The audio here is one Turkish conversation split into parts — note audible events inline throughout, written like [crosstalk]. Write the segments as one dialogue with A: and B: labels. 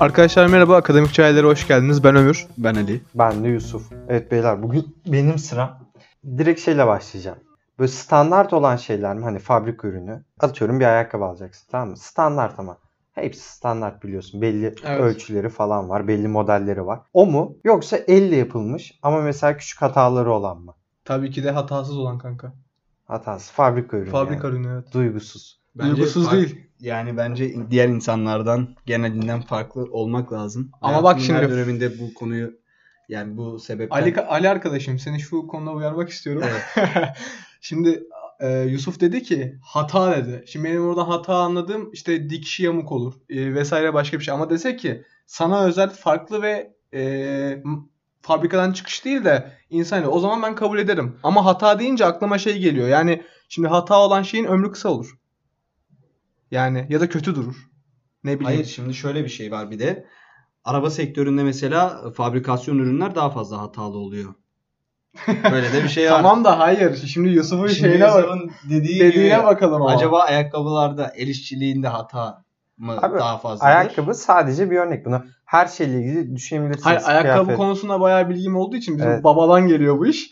A: Arkadaşlar merhaba, Akademik Çaylar'a hoş geldiniz. Ben Ömür. Ben Ali.
B: Ben de Yusuf. Evet beyler bugün benim sıram. Direkt şeyle başlayacağım. Böyle standart olan şeyler mi? Hani fabrika ürünü. Atıyorum bir ayakkabı alacaksın tamam mı? Standart ama. Hepsi standart biliyorsun. Belli
A: Evet.
B: ölçüleri falan var. Belli modelleri var. O mu? Yoksa elle yapılmış ama mesela küçük hataları olan mı?
A: Tabii ki de hatasız olan kanka.
B: Hatası fabrika ürünü.
A: Fabrika
B: yani.
A: ürünü evet.
B: Duygusuz.
A: Duygusuz
C: fark-
A: değil.
C: Yani bence diğer insanlardan genelinden farklı olmak lazım.
A: Ama
C: Hayatımın
A: bak şimdi-
C: her döneminde bu konuyu yani bu sebepten
A: Ali, Ali arkadaşım seni şu konuda uyarmak istiyorum. [laughs] Şimdi e, Yusuf dedi ki hata dedi. Şimdi benim oradan hata anladığım işte dikişi yamuk olur e, vesaire başka bir şey. Ama dese ki sana özel farklı ve e, m- fabrikadan çıkış değil de insani. O zaman ben kabul ederim. Ama hata deyince aklıma şey geliyor. Yani şimdi hata olan şeyin ömrü kısa olur. Yani ya da kötü durur. Ne bileyim.
C: Hayır şimdi şöyle bir şey var bir de. Araba sektöründe mesela fabrikasyon ürünler daha fazla
A: [laughs]
C: hatalı oluyor. Böyle de bir şey var.
A: Tamam da hayır. Şimdi Yusuf'un
C: Şimdi
A: şeyine bak.
C: Yusuf'un dediği
A: Dediğine
C: gibi,
A: bakalım ama.
C: acaba ayakkabılarda el işçiliğinde hata mı
B: Abi,
C: daha fazladır?
B: Ayakkabı sadece bir örnek. Buna her şeyle ilgili düşünebilirsiniz.
A: Hayır ayakkabı
B: Kıyafet.
A: konusunda bayağı bilgim olduğu için bizim
B: Evet.
A: babadan geliyor bu
B: [laughs]
A: iş.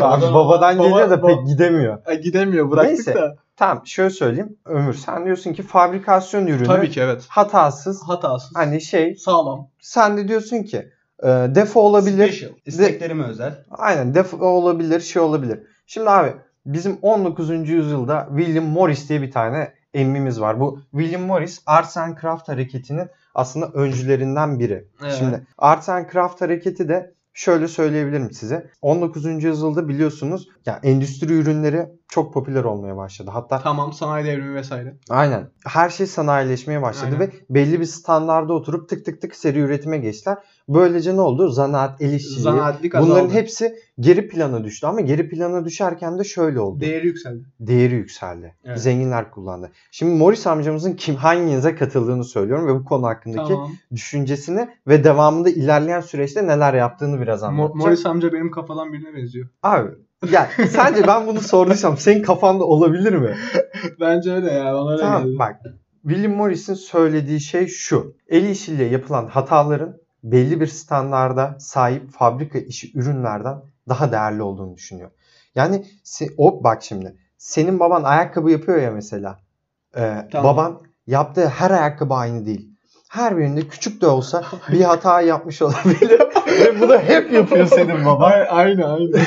B: Abi
C: Baba-
B: babadan
A: baba-
B: geliyor da
A: baba-
B: pek gidemiyor.
A: Ay, Gidemiyor bıraktık
B: Neyse,
A: da.
B: Tamam şöyle söyleyeyim. Ömür sen diyorsun ki fabrikasyon ürünü
A: Tabii ki evet.
B: hatasız
A: Hatasız.
B: hani şey
A: Sağlam.
B: sen de diyorsun ki e, defo olabilir.
C: Special. İsteklerime özel.
B: Aynen defo olabilir şey olabilir. Şimdi abi bizim 19. yüzyılda William Morris diye bir tane emmimiz var. Bu William Morris Arts and Craft hareketinin aslında öncülerinden biri.
A: Evet.
B: Şimdi Arts and Craft hareketi de şöyle söyleyebilirim size. 19. yüzyılda biliyorsunuz ya endüstri ürünleri çok popüler olmaya başladı. Hatta
A: Tamam sanayi devrimi vesaire.
B: Aynen. Her şey sanayileşmeye başladı
A: Aynen.
B: ve belli bir standarda oturup tık tık tık seri üretime geçtiler. Böylece ne oldu? Zanaat, el işçiliği.
A: Zanaatlik azaldı.
B: Bunların hepsi geri plana düştü ama geri plana düşerken de şöyle oldu.
A: Değeri yükseldi.
B: Değeri yükseldi.
C: Evet.
B: Zenginler kullandı. Şimdi Morris amcamızın kim hanginize katıldığını söylüyorum ve bu konu hakkındaki
A: Tamam.
B: düşüncesini ve devamında ilerleyen süreçte neler yaptığını biraz
A: Mo-
B: anlatacağım.
A: Morris amca benim kafadan birine benziyor. [laughs]
B: Abi ya sence ben bunu sorduysam senin kafanda olabilir mi?
A: Bence öyle ya. Bana öyle
B: Tamam
A: geldi.
B: bak. William Morris'in söylediği şey şu. El işiyle yapılan hataların belli bir standarda sahip fabrika işi ürünlerden daha değerli olduğunu düşünüyor. Yani se- o bak şimdi senin baban ayakkabı yapıyor ya mesela. Ee,
A: Tamam.
B: Baban yaptığı her ayakkabı aynı değil. Her birinde küçük de olsa
A: [laughs]
B: bir hata yapmış olabilir. [laughs] Ve bunu hep yapıyor senin baban.
A: Ay- Aynı aynı. [laughs]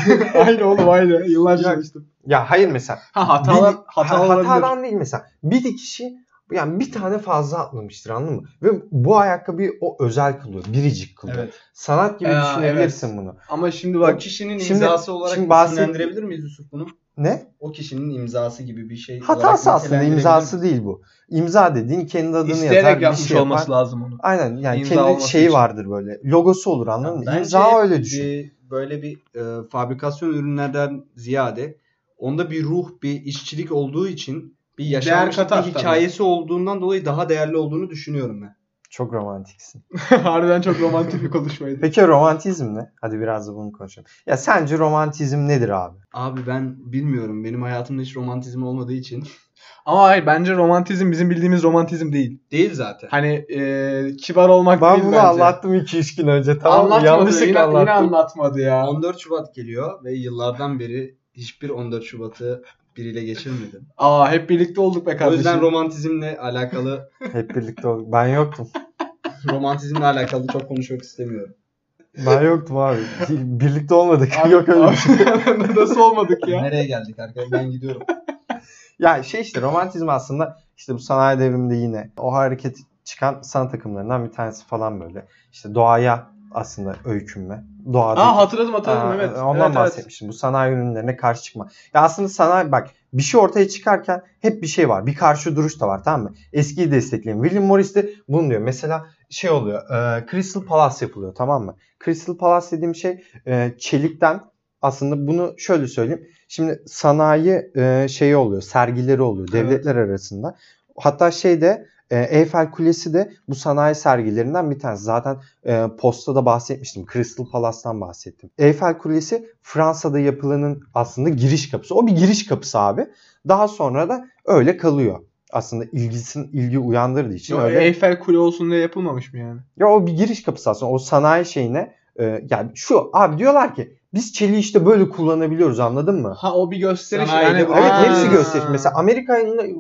A: aynı oğlum aynı. Yıllarca
B: Ya-
A: çalıştım.
B: Ya hayır mesela
A: Ha hatalar,
B: Bir-
A: hatalar
B: Ha-
A: olabilir.
B: hatadan değil mesela. Bir kişi yani bir tane fazla atmamıştır anladın mı? Ve bu ayakkabıyı o özel kılıyor. Biricik kılıyor.
C: Evet.
B: Sanat gibi
A: Ee,
B: düşünebilirsin bunu.
A: Ama şimdi
C: O
A: bak.
C: kişinin
B: Şimdi-
C: imzası olarak
B: şimdi bahset-
C: isimlendirebilir miyiz Yusuf bunu?
B: Ne?
A: Ee,
C: O kişinin imzası gibi bir şey.
B: Hatası
C: olarak
B: aslında
C: nitelendirebilir
B: imzası değil bu. İmza dediğin kendi adını yazar
A: İsteyerek
B: bir
A: yapmış
B: şey yapar.
A: olması lazım onu. [laughs]
B: Aynen yani
A: İmza
B: kendi
A: olması
B: şeyi
A: için.
B: vardır böyle. Logosu olur anladın mı?
C: Bence
B: İmza öyle düşün.
C: bir- böyle bir e, fabrikasyon ürünlerden ziyade onda bir ruh, bir işçilik olduğu için bir yaşanmış
A: katar
C: bir
A: tabii.
C: hikayesi olduğundan dolayı daha değerli olduğunu düşünüyorum ben.
B: Çok romantiksin.
A: Harbiden çok romantik bir konuşmaydı.
B: Peki romantizm ne? Hadi biraz da bunu konuşalım. Ya sence romantizm nedir abi?
C: Abi ben bilmiyorum. Benim hayatımda hiç romantizm olmadığı için. [laughs]
A: Ama hayır bence romantizm bizim bildiğimiz romantizm değil.
C: Değil zaten.
A: Hani e, kibar olmak
B: Ben
A: değil
B: bunu
A: bence.
B: anlattım 2-3 gün önce tamam mı?
A: Anlatmadı,
B: Yanlışlıkla
A: yine,
B: anlattım.
A: yine anlatmadı ya.
C: 14 Şubat geliyor ve yıllardan beri hiçbir 14 Şubat'ı biriyle geçirmedim.
A: Aa hep birlikte olduk be
C: O
A: kardeşim.
C: yüzden romantizmle
A: [laughs]
C: alakalı
B: Hep birlikte olduk. Ben yoktum.
C: romantizmle alakalı çok konuşmak istemiyorum.
B: Ben yoktum abi. [laughs] Birlikte olmadık.
A: Abi-
B: Yok öyle bir şey.
A: abi, [laughs] Nasıl olmadık ya?
C: Nereye geldik arkadaşlar? Ben gidiyorum.
B: Ya şey işte romantizm aslında işte bu sanayi devriminde yine o hareket çıkan sanat akımlarından bir tanesi falan böyle. İşte doğaya aslında öykünme. Doğada.
A: Aa hatırladım hatırladım
B: Aa,
A: evet.
B: Ondan
A: evet, evet.
B: bahsetmiştim. Bu sanayi ürünlerine karşı çıkma. Ya aslında sanayi bak bir şey ortaya çıkarken hep bir şey var. Bir karşı duruş da var tamam mı? Eskiyi destekleyin. William Morris de bunu diyor. Mesela şey oluyor. e, Crystal Palace yapılıyor tamam mı? Crystal Palace dediğim şey e, çelikten aslında bunu şöyle söyleyeyim. Şimdi sanayi e, şeyi oluyor. Sergileri oluyor
A: Evet.
B: devletler arasında. Hatta şeyde e, Eyfel Kulesi de bu sanayi sergilerinden bir tanesi. Zaten e, postada bahsetmiştim. Crystal Palace'tan bahsettim. Eyfel Kulesi Fransa'da yapılanın aslında giriş kapısı. O bir giriş kapısı abi. Daha sonra da öyle kalıyor. aslında ilgisin ilgi uyandırdığı için
A: Yo, e-
B: öyle.
A: Eyfel Kule olsun diye yapılmamış mı yani?
B: Ya o bir giriş kapısı aslında. O sanayi şeyine e, yani şu abi diyorlar ki biz çeliği işte böyle kullanabiliyoruz anladın mı?
A: Ha o bir gösteriş.
C: Sanayide
A: yani.
C: bu-
B: Evet
A: Aa.
B: hepsi gösteriş. Mesela Amerika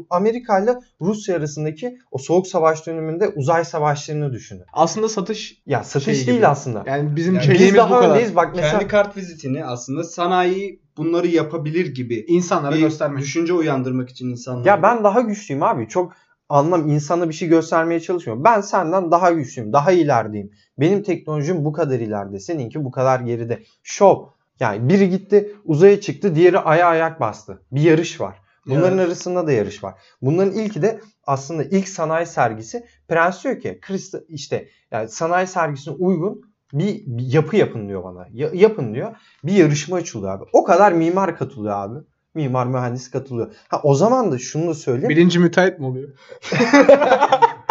B: Amerika ile Rusya arasındaki o soğuk savaş döneminde uzay savaşlarını düşünün.
A: Aslında satış
B: Ya satış
A: Şey gibi.
B: değil aslında.
A: yani bizim
C: Yani biz
A: şeyimiz
B: Biz
A: bu
B: daha
A: kadar.
B: öndeyiz bak mesela
C: Kendi kart vizitini aslında sanayi bunları yapabilir gibi
A: İnsanlara
C: bir
A: göstermek.
C: düşünce uyandırmak için insanlar.
B: ya ben daha güçlüyüm abi. Çok anlam insana bir şey göstermeye çalışmıyorum. Ben senden daha güçlüyüm, daha ilerideyim. Benim teknolojim bu kadar ileride, seninki bu kadar geride. Şov. Yani biri gitti uzaya çıktı, diğeri aya ayak bastı. Bir yarış var. Bunların arasında da yarış var. Bunların ilki de aslında ilk sanayi sergisi Prens diyor ki Christ, işte yani sanayi sergisine uygun bir, bir yapı yapın diyor bana. Ya- yapın diyor. Bir yarışma açılıyor abi. O kadar mimar katılıyor abi. Mimar mühendis katılıyor. Ha o zaman da şunu da söyleyeyim.
A: Birinci müteahhit mi oluyor?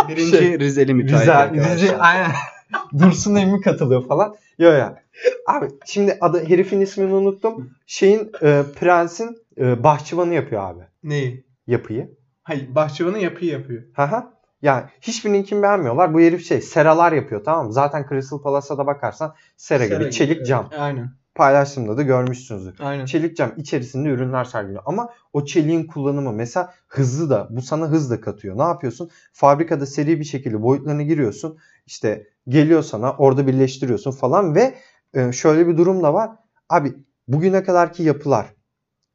C: Birinci
B: Şey,
C: Rizeli müteahhit
B: Rize,
C: arkadaşlar.
B: Rize, aynen. [laughs] Dursun Emmi katılıyor falan. Yo ya. Abi şimdi adı herifin ismini unuttum. Şeyin e, prensin e, bahçıvanı yapıyor abi
A: Neyi?
B: yapıyı.
A: Hayır bahçıvanın yapıyı yapıyor.
B: Haha. Yani hiçbirinkini beğenmiyorlar. Bu herif şey seralar yapıyor tamam mı? Zaten Crystal Palace'a da bakarsan sera,
C: Sera
B: gibi
C: gibi,
B: çelik
C: evet.
B: cam.
A: Aynen.
B: Paylaştığımda da görmüşsünüzdür.
A: Aynen.
B: Çelik cam içerisinde ürünler sergiliyor. Ama o çeliğin kullanımı mesela hızlı da bu sana hız da katıyor. Ne yapıyorsun? Fabrikada seri bir şekilde boyutlarına giriyorsun. İşte geliyor sana orada birleştiriyorsun falan ve e, şöyle bir durum da var. Abi bugüne kadarki yapılar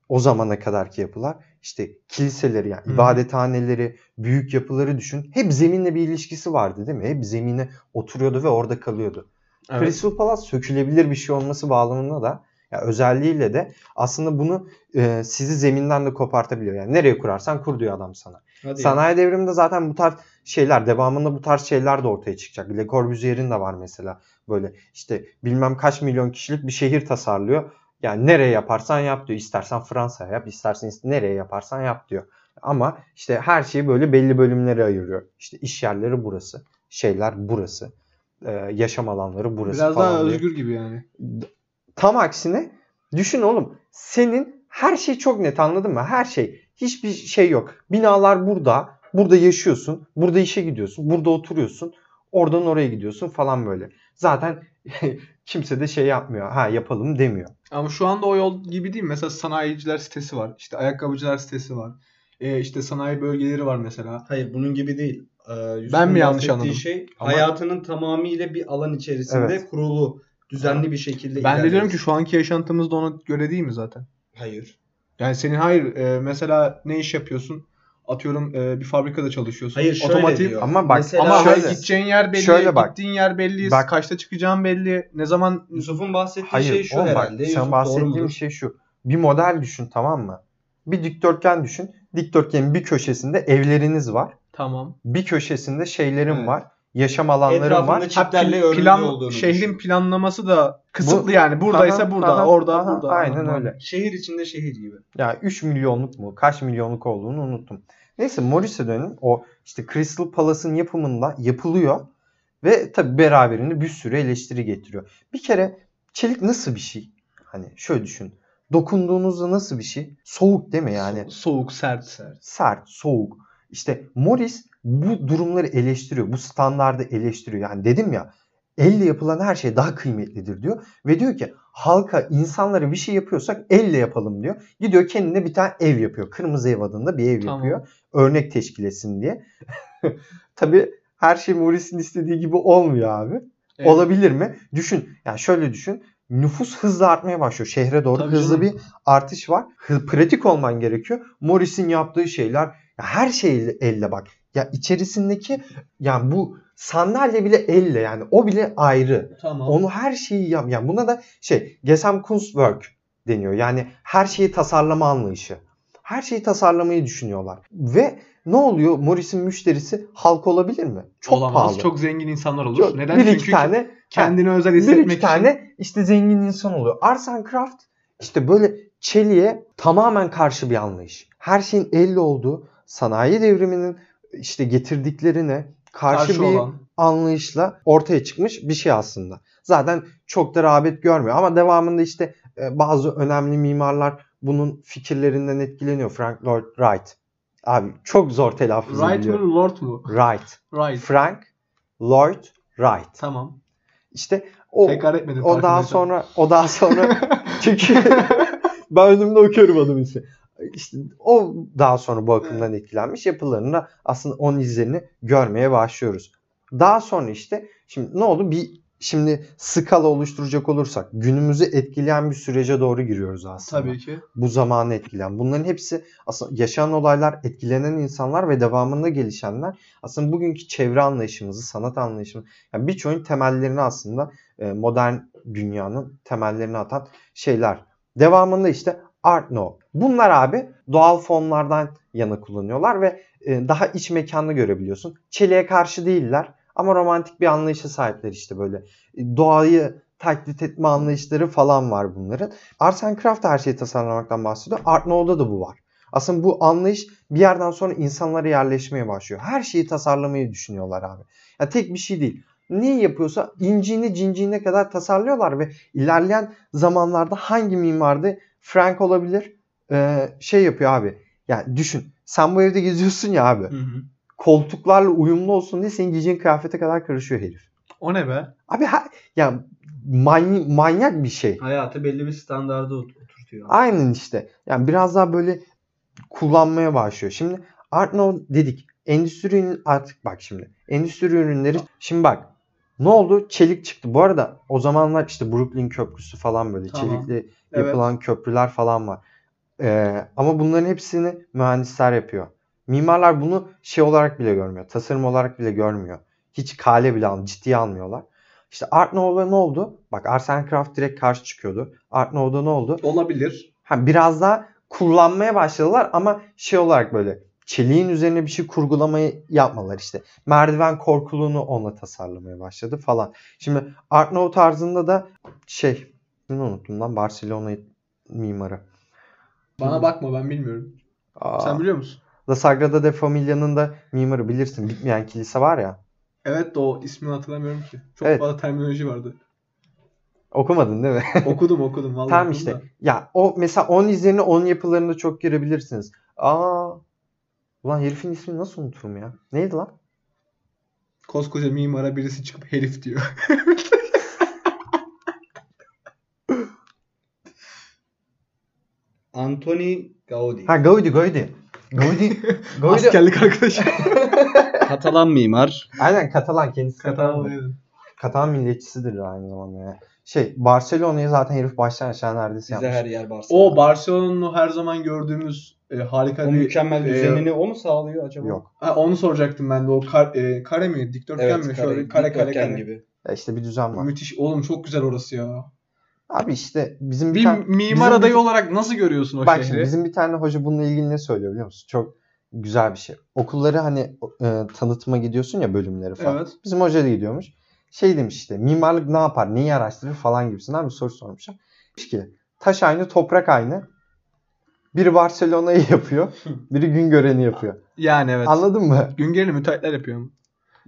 B: o zamana kadarki yapılar işte kiliseleri yani
A: Hı.
B: ibadethaneleri, büyük yapıları düşün. Hep zeminle bir ilişkisi vardı değil mi? Hep zemine oturuyordu ve orada kalıyordu.
A: Evet.
B: Crystal Palace sökülebilir bir şey olması bağlamında da ya özelliğiyle de aslında bunu e, sizi zeminden de kopartabiliyor. Yani nereye kurarsan kur diyor adam sana.
C: Hadi ya.
B: Sanayi devriminde zaten bu tarz şeyler devamında bu tarz şeyler de ortaya çıkacak. Le Corbusier'in de var mesela böyle işte bilmem kaç milyon kişilik bir şehir tasarlıyor. Yani nereye yaparsan yap diyor. İstersen Fransa'ya yap, istersen ist- nereye yaparsan yap diyor. Ama işte her şeyi böyle belli bölümlere ayırıyor. İşte iş yerleri burası, şeyler burası, e, yaşam alanları burası
A: Biraz
B: falan
A: daha
B: diye.
A: özgür gibi yani.
B: Tam aksine düşün oğlum senin her şey çok net anladın mı? Her şey hiçbir şey yok. Binalar burada. Burada yaşıyorsun. Burada işe gidiyorsun. Burada oturuyorsun. Oradan oraya gidiyorsun falan böyle. Zaten [laughs] kimse de şey yapmıyor. Ha yapalım demiyor.
A: Ama şu anda o yol gibi değil. mi? Mesela sanayiciler sitesi var. İşte ayakkabıcılar sitesi var. E, işte sanayi bölgeleri var mesela.
C: Hayır bunun gibi değil. Ee, Yusuf'un
A: Ben mi yanlış
C: bahsettiği
A: anladım?
C: Şey,
B: Ama-
C: hayatının tamamıyla bir alan içerisinde
B: Evet.
C: kurulu, düzenli bir
A: Ben
C: şekilde
A: de
C: ilerliyor.
A: diyorum ki şu anki yaşantımız da ona göre değil mi zaten?
C: Hayır.
A: Yani senin hayır e, mesela ne iş yapıyorsun? Atıyorum e, bir fabrikada çalışıyorsun.
C: Hayır şöyle
A: Otomotiv-
C: diyor.
B: Ama bak-
C: Mesela
A: Ama
B: şöyle-
A: hayır, gideceğin yer belli,
B: şöyle bak.
A: gittiğin yer belli,
B: Bak.
A: kaçta çıkacağın belli, ne zaman
C: Yusuf'un bahsettiği
B: Hayır
C: şey şu
B: oğlum bak
C: herhalde. Yusuf,
B: sen
C: doğru
B: bahsettiğim
C: mudur?
B: şey şu. Bir model düşün tamam mı? Bir dikdörtgen düşün. Dikdörtgenin bir köşesinde evleriniz var.
A: tamam.
B: Bir köşesinde şeylerim
C: Evet.
B: var. Yaşam alanlarım var.
C: Etrafında çiplerle örülü
A: plan,
C: olduğunu
A: şehrin
C: düşün.
A: planlaması da kısıtlı yani. Buradaysa
B: Aha,
A: burada,
B: aha,
A: orada
B: aha,
A: burada.
B: Aynen
A: Anladın mı?
B: öyle.
C: Şehir içinde şehir gibi.
B: Ya 3 milyonluk mu? Kaç milyonluk olduğunu unuttum. Neyse Morris'e dönelim. O işte Crystal Palace'ın yapımında yapılıyor. Ve tabii beraberinde bir sürü eleştiri getiriyor. Bir kere çelik nasıl bir şey? Hani şöyle düşün. Dokunduğunuzda nasıl bir şey? Soğuk değil mi yani?
A: So- soğuk, sert.
C: Sert.
B: Sert, soğuk. İşte Morris bu durumları eleştiriyor. Bu standardı eleştiriyor. Yani dedim ya elle yapılan her şey daha kıymetlidir diyor. Ve diyor ki halka, insanlara bir şey yapıyorsak elle yapalım diyor. Gidiyor kendine bir tane ev yapıyor. Kırmızı ev adında bir ev
A: Tamam.
B: yapıyor. Örnek teşkil etsin diye. [laughs] Tabii her şey Morris'in istediği gibi olmuyor abi.
A: Evet.
B: Olabilir mi? Düşün. Yani şöyle düşün. Nüfus hızla artmaya başlıyor. Şehre doğru
A: Tabii
B: hızlı
A: canım.
B: bir artış var. Hı- pratik olman gerekiyor. Morris'in yaptığı şeyler ya her şey elle, elle bak. Ya içerisindeki yani bu sandalye bile elle yani o bile ayrı.
C: Tamam.
B: Onu her şeyi yap. Yani buna da şey Gesamtkunstwerk deniyor. Yani her şeyi tasarlama anlayışı. Her şeyi tasarlamayı düşünüyorlar. Ve ne oluyor? Morris'in müşterisi halk olabilir mi? Çok
A: Olamaz.
B: pahalı.
A: Çok zengin insanlar olur.
B: Çok-
A: Neden?
B: Bir iki
A: Çünkü
B: tane
A: kendini özel
B: bir
A: hissetmek
B: iki tane işte zengin insan oluyor. Arsan Kraft işte böyle çeliğe tamamen karşı bir anlayış. Her şeyin elle olduğu sanayi devriminin işte getirdiklerine
A: için
B: karşı,
A: karşı
B: bir
A: olan.
B: anlayışla ortaya çıkmış bir şey aslında. Zaten çok da rağbet görmüyor ama devamında işte e, bazı önemli mimarlar bunun fikirlerinden etkileniyor. Frank Lloyd Wright Abi çok zor telaffuz
A: Right
B: ediliyor.
A: mı Lord mu?
B: Right.
A: Right.
B: Frank Lloyd Wright.
A: Tamam.
B: İşte o
A: Tekrar etmedim.
B: o daha
A: farkındaysan.
B: sonra o daha sonra çünkü ben önümde okuyorum adamın ismi. İşte o daha sonra bu akımdan etkilenmiş yapılarında aslında onun izlerini görmeye başlıyoruz. Daha sonra işte şimdi ne oldu? Bir şimdi skala oluşturacak olursak günümüzü etkileyen bir sürece doğru giriyoruz
A: [laughs]
B: aslında.
A: Tabii ki.
B: Bu zamanı etkilen. Bunların hepsi aslında yaşanan olaylar, etkilenen insanlar ve devamında gelişenler aslında bugünkü çevre anlayışımızı, sanat anlayışımızı yani birçoğun temellerini aslında e, modern dünyanın temellerini atan şeyler. Devamında işte Art Nouveau. Bunlar abi doğal fonlardan yana kullanıyorlar ve e, daha iç mekanını görebiliyorsun. Çeliğe karşı değiller ama romantik bir anlayışa sahipler işte böyle. E, Doğayı taklit etme anlayışları falan var bunların. Arts and Craft her şeyi tasarlamaktan bahsediyor. Art Nouveau'da da bu var. Aslında bu anlayış bir yerden sonra insanlara yerleşmeye başlıyor. Her şeyi tasarlamayı düşünüyorlar abi. Ya tek bir şey değil. Neyi yapıyorsa inciğine cinciğine kadar tasarlıyorlar ve ilerleyen zamanlarda hangi mimardı Frank olabilir ee, şey yapıyor abi. Yani düşün sen bu evde geziyorsun ya abi.
A: Hı hı.
B: Koltuklarla uyumlu olsun diye senin giyeceğin kıyafete kadar karışıyor herif.
A: O ne be?
B: Abi ha, ya many- manyak bir şey.
C: Hayatı belli bir standarda ot- oturtuyor.
B: Aynen işte. Yani biraz daha böyle kullanmaya başlıyor. Şimdi Art Nouveau dedik. Endüstrinin artık bak şimdi. Endüstri ürünleri şimdi bak. Ne oldu? Çelik çıktı. Bu arada o zamanlar işte Brooklyn Köprüsü falan böyle
A: Tamam.
B: çelikli
A: Evet.
B: yapılan köprüler falan var. Ee, ama bunların hepsini mühendisler yapıyor. Mimarlar bunu şey olarak bile görmüyor. Tasarım olarak bile görmüyor. Hiç kale bile al, ciddiye almıyorlar. İşte Art Nouveau'da ne oldu? Bak Art and Craft direkt karşı çıkıyordu. Art Nouveau'da ne oldu?
A: Olabilir.
B: Ha, biraz daha kullanmaya başladılar ama şey olarak böyle çeliğin üzerine bir şey kurgulamayı yapmalar işte. Merdiven korkuluğunu onunla tasarlamaya başladı falan. Şimdi Art Nouveau tarzında da şey bunu unuttum lan Barcelona mimarı.
A: Bana bakma ben bilmiyorum.
B: Aa,
A: Sen biliyor musun?
B: La Sagrada de Familia'nın da mimarı bilirsin. Bitmeyen kilise var ya.
A: Evet de o ismini hatırlamıyorum ki. Çok
B: Evet.
A: fazla terminoloji
B: [laughs]
A: vardı.
B: Okumadın değil mi?
A: okudum okudum vallahi.
B: Tam
A: okudum
B: işte.
A: da.
B: Ya o mesela onun izlerini onun yapılarında çok görebilirsiniz. Aa. Ulan herifin ismini nasıl unuturum ya? Neydi lan?
A: Koskoca mimara birisi çıkıp herif diyor.
C: Anthony Gaudi.
B: Ha Gaudi Gaudi. Gaudi Gaudi.
A: Askerlik
B: [laughs]
A: arkadaşı.
C: Katalan mimar.
B: Aynen Katalan kendisi Katalan.
A: Katalanlıydı.
B: Katalan milliyetçisidir aynı zamanda ya. Şey Barcelona'yı zaten herif baştan aşağı neredeyse
C: Bize
B: yapmış.
C: her yer Barcelona.
A: O Barcelona'nın her zaman gördüğümüz e, harika
C: o
A: bir...
C: mükemmel
A: e,
C: düzenini o mu sağlıyor acaba?
B: Yok.
A: Ha, onu soracaktım ben de o kar, e, kare mi? Dikdörtgen
C: Evet,
A: mi?
C: kare,
A: Şöyle kare kare
C: dikdörtgen
A: kare.
C: gibi.
B: Ya E, işte bir düzen var.
A: Müthiş. Oğlum çok güzel orası ya.
B: Abi işte bizim bir
A: Bir
B: tane
A: mimar
B: bizim-
A: adayı olarak nasıl görüyorsun o
B: Bak şimdi
A: şehri?
B: bizim bir tane hoca bununla ilgili ne söylüyor biliyor musun? Çok güzel bir şey. Okulları hani e, tanıtıma gidiyorsun ya bölümleri falan.
A: Evet.
B: Bizim hoca da gidiyormuş. Şey demiş işte mimarlık ne yapar, neyi araştırır falan gibisinden bir soru sormuşlar. Demiş ki taş aynı, toprak aynı. Biri Barcelona'yı [laughs] yapıyor, biri Güngören'i yapıyor.
A: Yani evet.
B: Anladın mı?
A: Güngör'ü müteahhitler yapıyor mu?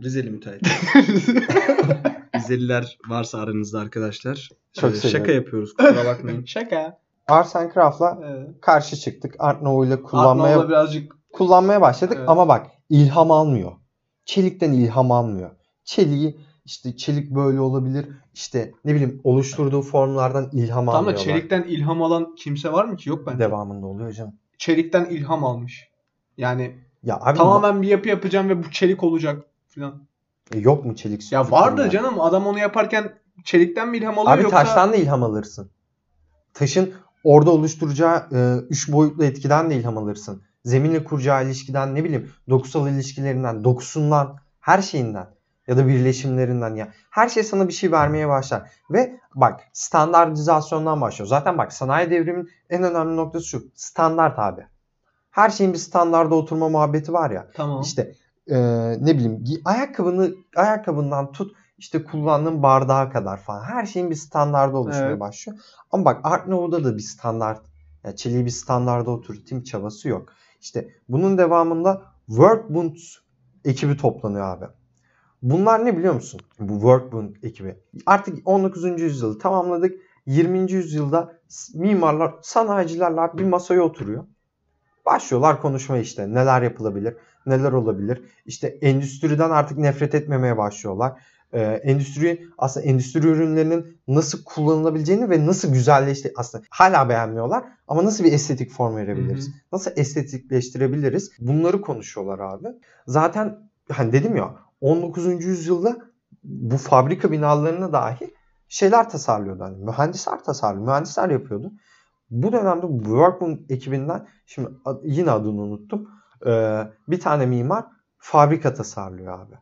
C: Rizeli [laughs] müteahhit. Rizeliler varsa aranızda arkadaşlar.
B: Çok
C: Ee,
B: seviyorum.
C: şaka yapıyoruz kusura bakmayın.
A: Şaka.
B: Arts and Craft'la
A: Evet.
B: karşı çıktık. Art Nouveau'yla kullanmaya,
A: Arnavut'la birazcık
B: kullanmaya başladık
A: Evet.
B: ama bak ilham almıyor. Çelikten ilham almıyor. Çeliği işte çelik böyle olabilir. İşte ne bileyim oluşturduğu formlardan ilham
A: tam da
B: almıyorlar.
A: çelikten ilham alan kimse var mı ki? Yok bende.
B: devamında oluyor canım.
A: Çelikten ilham almış. Yani
B: Ya abi
A: tamamen bir yapı yapacağım ve bu çelik olacak filan.
B: E, Yok mu çelik sütun?
A: Ya var da canım adam onu yaparken çelikten mi ilham alıyor
B: Abi
A: yoksa
B: taştan da ilham alırsın. Taşın orada oluşturacağı e, üç boyutlu etkiden de ilham alırsın. Zeminle kuracağı ilişkiden ne bileyim dokusal ilişkilerinden, dokusundan, her şeyinden ya da birleşimlerinden ya. Her şey sana bir şey vermeye başlar. Ve bak standartizasyondan başlıyor. Zaten bak sanayi devriminin en önemli noktası şu. Standart abi. Her şeyin bir standarda oturma muhabbeti var ya.
A: tamam.
B: İşte e, ne bileyim gi- ayakkabını ayakkabından tut işte kullandığın bardağa kadar falan her şeyin bir standardı oluşmaya
A: Evet.
B: başlıyor. Ama bak Art Nouveau'da da bir standart yani çeliği bir standarda oturtayım çabası yok. İşte bunun devamında Workbund ekibi toplanıyor abi. Bunlar ne biliyor musun? Bu Workbund ekibi. Artık 19. yüzyılı tamamladık. 20. yüzyılda s- mimarlar, sanayicilerle bir masaya oturuyor. Başlıyorlar konuşma işte neler yapılabilir, neler olabilir. İşte endüstriden artık nefret etmemeye başlıyorlar. Ee, endüstri aslında endüstri ürünlerinin nasıl kullanılabileceğini ve nasıl güzelleşti aslında hala beğenmiyorlar ama nasıl bir estetik form verebiliriz? Nasıl estetikleştirebiliriz? Bunları konuşuyorlar abi. Zaten hani dedim ya 19. yüzyılda bu fabrika binalarına dahi şeyler tasarlıyordu. Hani mühendisler tasarlıyor, mühendisler yapıyordu. Bu dönemde bu Workman ekibinden şimdi ad- yine adını unuttum. Ee, bir tane mimar fabrika tasarlıyor abi.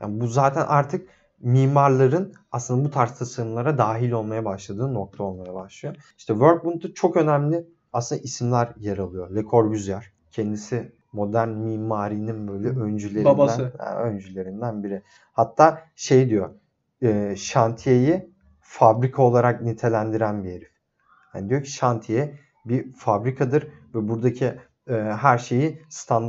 B: Yani bu zaten artık mimarların aslında bu tarz tasarımlara dahil olmaya başladığı nokta olmaya başlıyor. İşte Workman'da çok önemli aslında isimler yer alıyor. Le Corbusier kendisi modern mimarinin böyle öncülerinden
A: Babası.
B: ha, öncülerinden biri. Hatta şey diyor. e, şantiyeyi fabrika olarak nitelendiren bir herif. Yani diyor ki şantiye bir fabrikadır ve buradaki e, her şeyi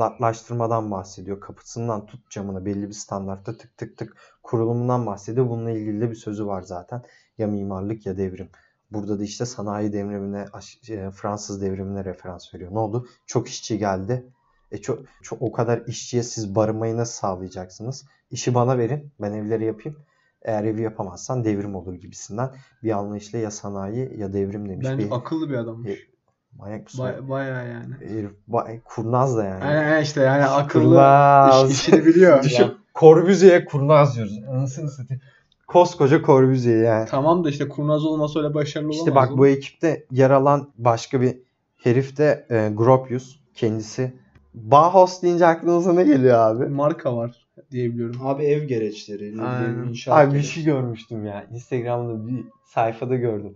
B: standartlaştırmadan bahsediyor. Kapısından tut camına belli bir standartta tık tık tık kurulumundan bahsediyor. Bununla ilgili de bir sözü var zaten. Ya mimarlık ya devrim. Burada da işte sanayi devrimine, aş- e, Fransız devrimine referans veriyor. Ne oldu? Çok işçi geldi. E çok, çok o kadar işçiye siz barınmayı nasıl sağlayacaksınız? İşi bana verin, ben evleri yapayım. Eğer evi yapamazsan devrim olur gibisinden bir anlayışla ya sanayi ya devrim demiş.
A: Bence
B: bir
A: akıllı bir adammış.
B: manyak mısın?
A: Baya, baya yani.
B: Herif ba- kurnaz da yani.
A: Aynen aynen işte yani akıllı
B: Kurnaz.
A: iş,
B: [laughs]
A: işini biliyor.
B: Düşün. Korbüze'ye kurnaz diyoruz. Anasını satayım. Koskoca Korbüze'ye yani.
A: tamam da işte kurnaz olmasa öyle başarılı olamaz.
B: İşte bak bu ekipte yer alan başka bir herif de e, Gropius. Kendisi. Bauhaus deyince aklınıza ne geliyor abi?
A: marka var diyebiliyorum.
C: [laughs] Abi ev gereçleri, ne
A: Aynen.
C: bileyim inşaat
B: Abi bir
C: gereçleri.
B: şey görmüştüm ya. Instagram'da bir sayfada gördüm.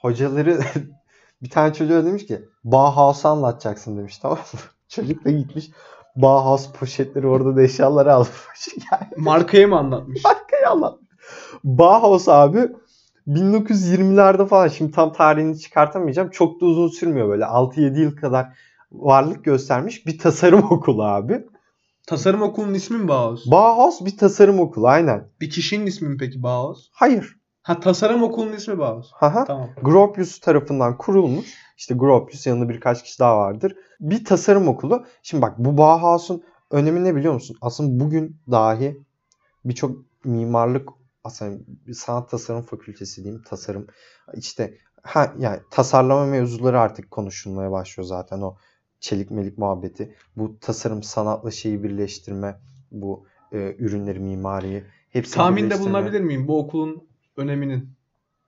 B: Hocaları [laughs] bir tane çocuğa demiş ki Bauhaus'u anlatacaksın demiş tamam mı? [laughs] Çocuk da gitmiş Bauhaus poşetleri orada da eşyaları almış.
A: Markayı mı anlatmış?
B: [laughs] Hay Allah. Bauhaus abi 1920'lerde falan şimdi tam tarihini çıkartamayacağım. Çok da uzun sürmüyor böyle 6-7 yıl kadar varlık göstermiş bir tasarım [laughs] okulu abi.
A: Tasarım okulunun ismi mi Bauhaus?
B: Bauhaus bir tasarım okulu aynen.
A: bir kişinin ismi mi peki Bauhaus?
B: Hayır.
A: Ha tasarım okulunun ismi Bauhaus.
B: Haha.
A: Tamam.
B: Gropius tarafından kurulmuş. İşte Gropius yanında birkaç kişi daha vardır. Bir tasarım okulu. Şimdi bak bu Bauhaus'un önemi ne biliyor musun? Aslında bugün dahi birçok mimarlık aslında bir sanat tasarım fakültesi diyeyim tasarım işte ha yani tasarlama mevzuları artık konuşulmaya başlıyor zaten o çelik melik muhabbeti bu tasarım sanatla şeyi birleştirme bu e, ürünleri mimariyi hepsini
A: Tahminde
B: birleştirme.
A: bulunabilir miyim bu okulun öneminin?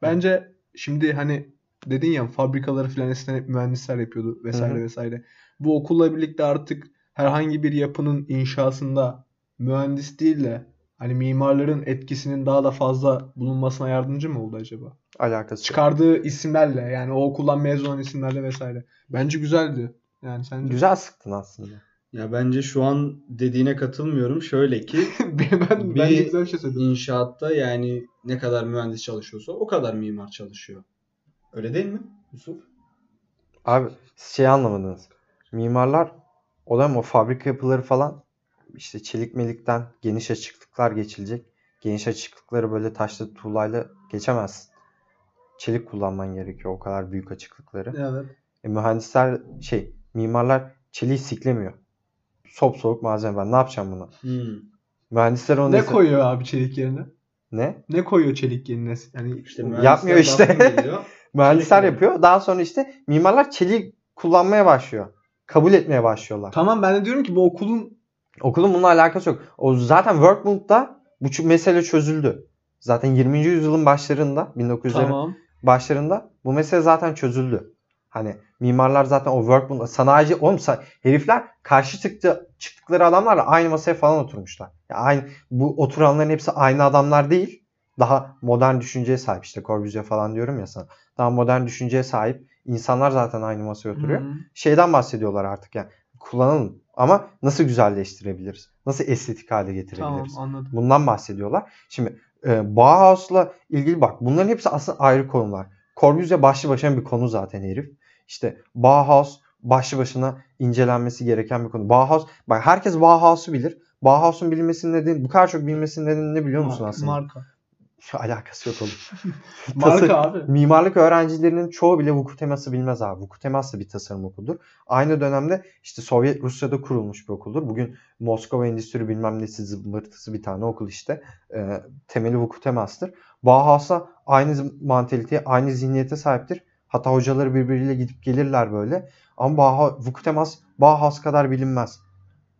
A: Bence şimdi hani dedin ya fabrikaları filan eskiden hep mühendisler yapıyordu vesaire
B: Hı hı.
A: vesaire. Bu okulla birlikte artık herhangi bir yapının inşasında mühendis değil de hani mimarların etkisinin daha da fazla bulunmasına yardımcı mı oldu acaba?
B: alakası yok.
A: Çıkardığı isimlerle yani o okuldan mezun olan isimlerle vesaire. Bence güzeldi. Yani sen
B: güzel sıktın aslında
C: Ya bence şu an dediğine katılmıyorum. Şöyle ki
A: [laughs] ben
C: Bir-
A: bence güzel bir şey söyledim.
C: inşaatta yani ne kadar mühendis çalışıyorsa o kadar mimar çalışıyor. Öyle değil mi Yusuf?
B: Abi siz şey anlamadınız. Mimarlar olan o fabrika yapıları falan işte çelik melikten geniş açıklıklar geçilecek. Geniş açıklıkları böyle taşlı tuğlayla geçemezsin. Çelik kullanman gerekiyor o kadar büyük açıklıkları.
A: Evet.
B: E, mühendisler şey mimarlar çeliği siklemiyor. Sop soğuk malzeme ben ne yapacağım bunu?
C: Hmm.
B: Mühendisler onu
A: Ne
B: dese-
A: koyuyor abi çelik yerine?
B: Ne?
A: Ne koyuyor çelik yerine? Yani
C: İşte
A: o-
C: mühendisler
B: Yapmıyor işte.
C: baskın geliyor.
B: Mühendisler
C: Çelik mi?
B: yapıyor. Daha sonra işte mimarlar çeliği kullanmaya başlıyor. Kabul etmeye başlıyorlar.
A: Tamam ben de diyorum ki bu okulun
B: Okulun bununla alakası yok. O zaten Workmund'da bu çu- mesele çözüldü. Zaten 20. yüzyılın başlarında, 1900'lerin
A: tamam.
B: başlarında bu mesele zaten çözüldü. Hani mimarlar zaten o Workmund sanayici oğlum sa- herifler karşı çıktı çıktıkları adamlarla aynı masaya falan oturmuşlar. Ya aynı bu oturanların hepsi aynı adamlar değil. Daha modern düşünceye sahip işte Corbusier falan diyorum ya sana. Daha modern düşünceye sahip insanlar zaten aynı masaya oturuyor
A: Hı.
B: şeyden bahsediyorlar artık yani kullanalım ama nasıl güzelleştirebiliriz? Nasıl estetik hale
A: Tamam
B: getirebiliriz?
A: anladım.
B: Bundan bahsediyorlar. Şimdi e, Bauhaus'la ilgili bak bunların hepsi aslında ayrı konular. Corbusier başlı başına bir konu zaten herif. İşte Bauhaus başlı başına incelenmesi gereken bir konu. Bauhaus bak herkes Bauhaus'u bilir. Bauhaus'un bilinmesinin nedeni bu kadar çok bilinmesinin nedeni ne biliyor musun
A: Marka-
B: aslında?
A: Marka.
B: Alakası yok oğlum. Tasar-
A: Marka abi.
B: Mimarlık öğrencilerinin çoğu bile vuku teması bilmez abi. Vuku teması bir tasarım okuludur. Aynı dönemde işte Sovyet Rusya'da kurulmuş bir okuldur. Bugün Moskova Endüstri bilmem nesi zımbırtısı bir tane okul işte. Ee, temeli vuku temastır. Bauhaus'a aynı zım- mantaliteye, aynı zihniyete sahiptir. Hatta hocaları birbiriyle gidip gelirler böyle. Ama Bauhaus, vuku temas Bauhaus kadar bilinmez.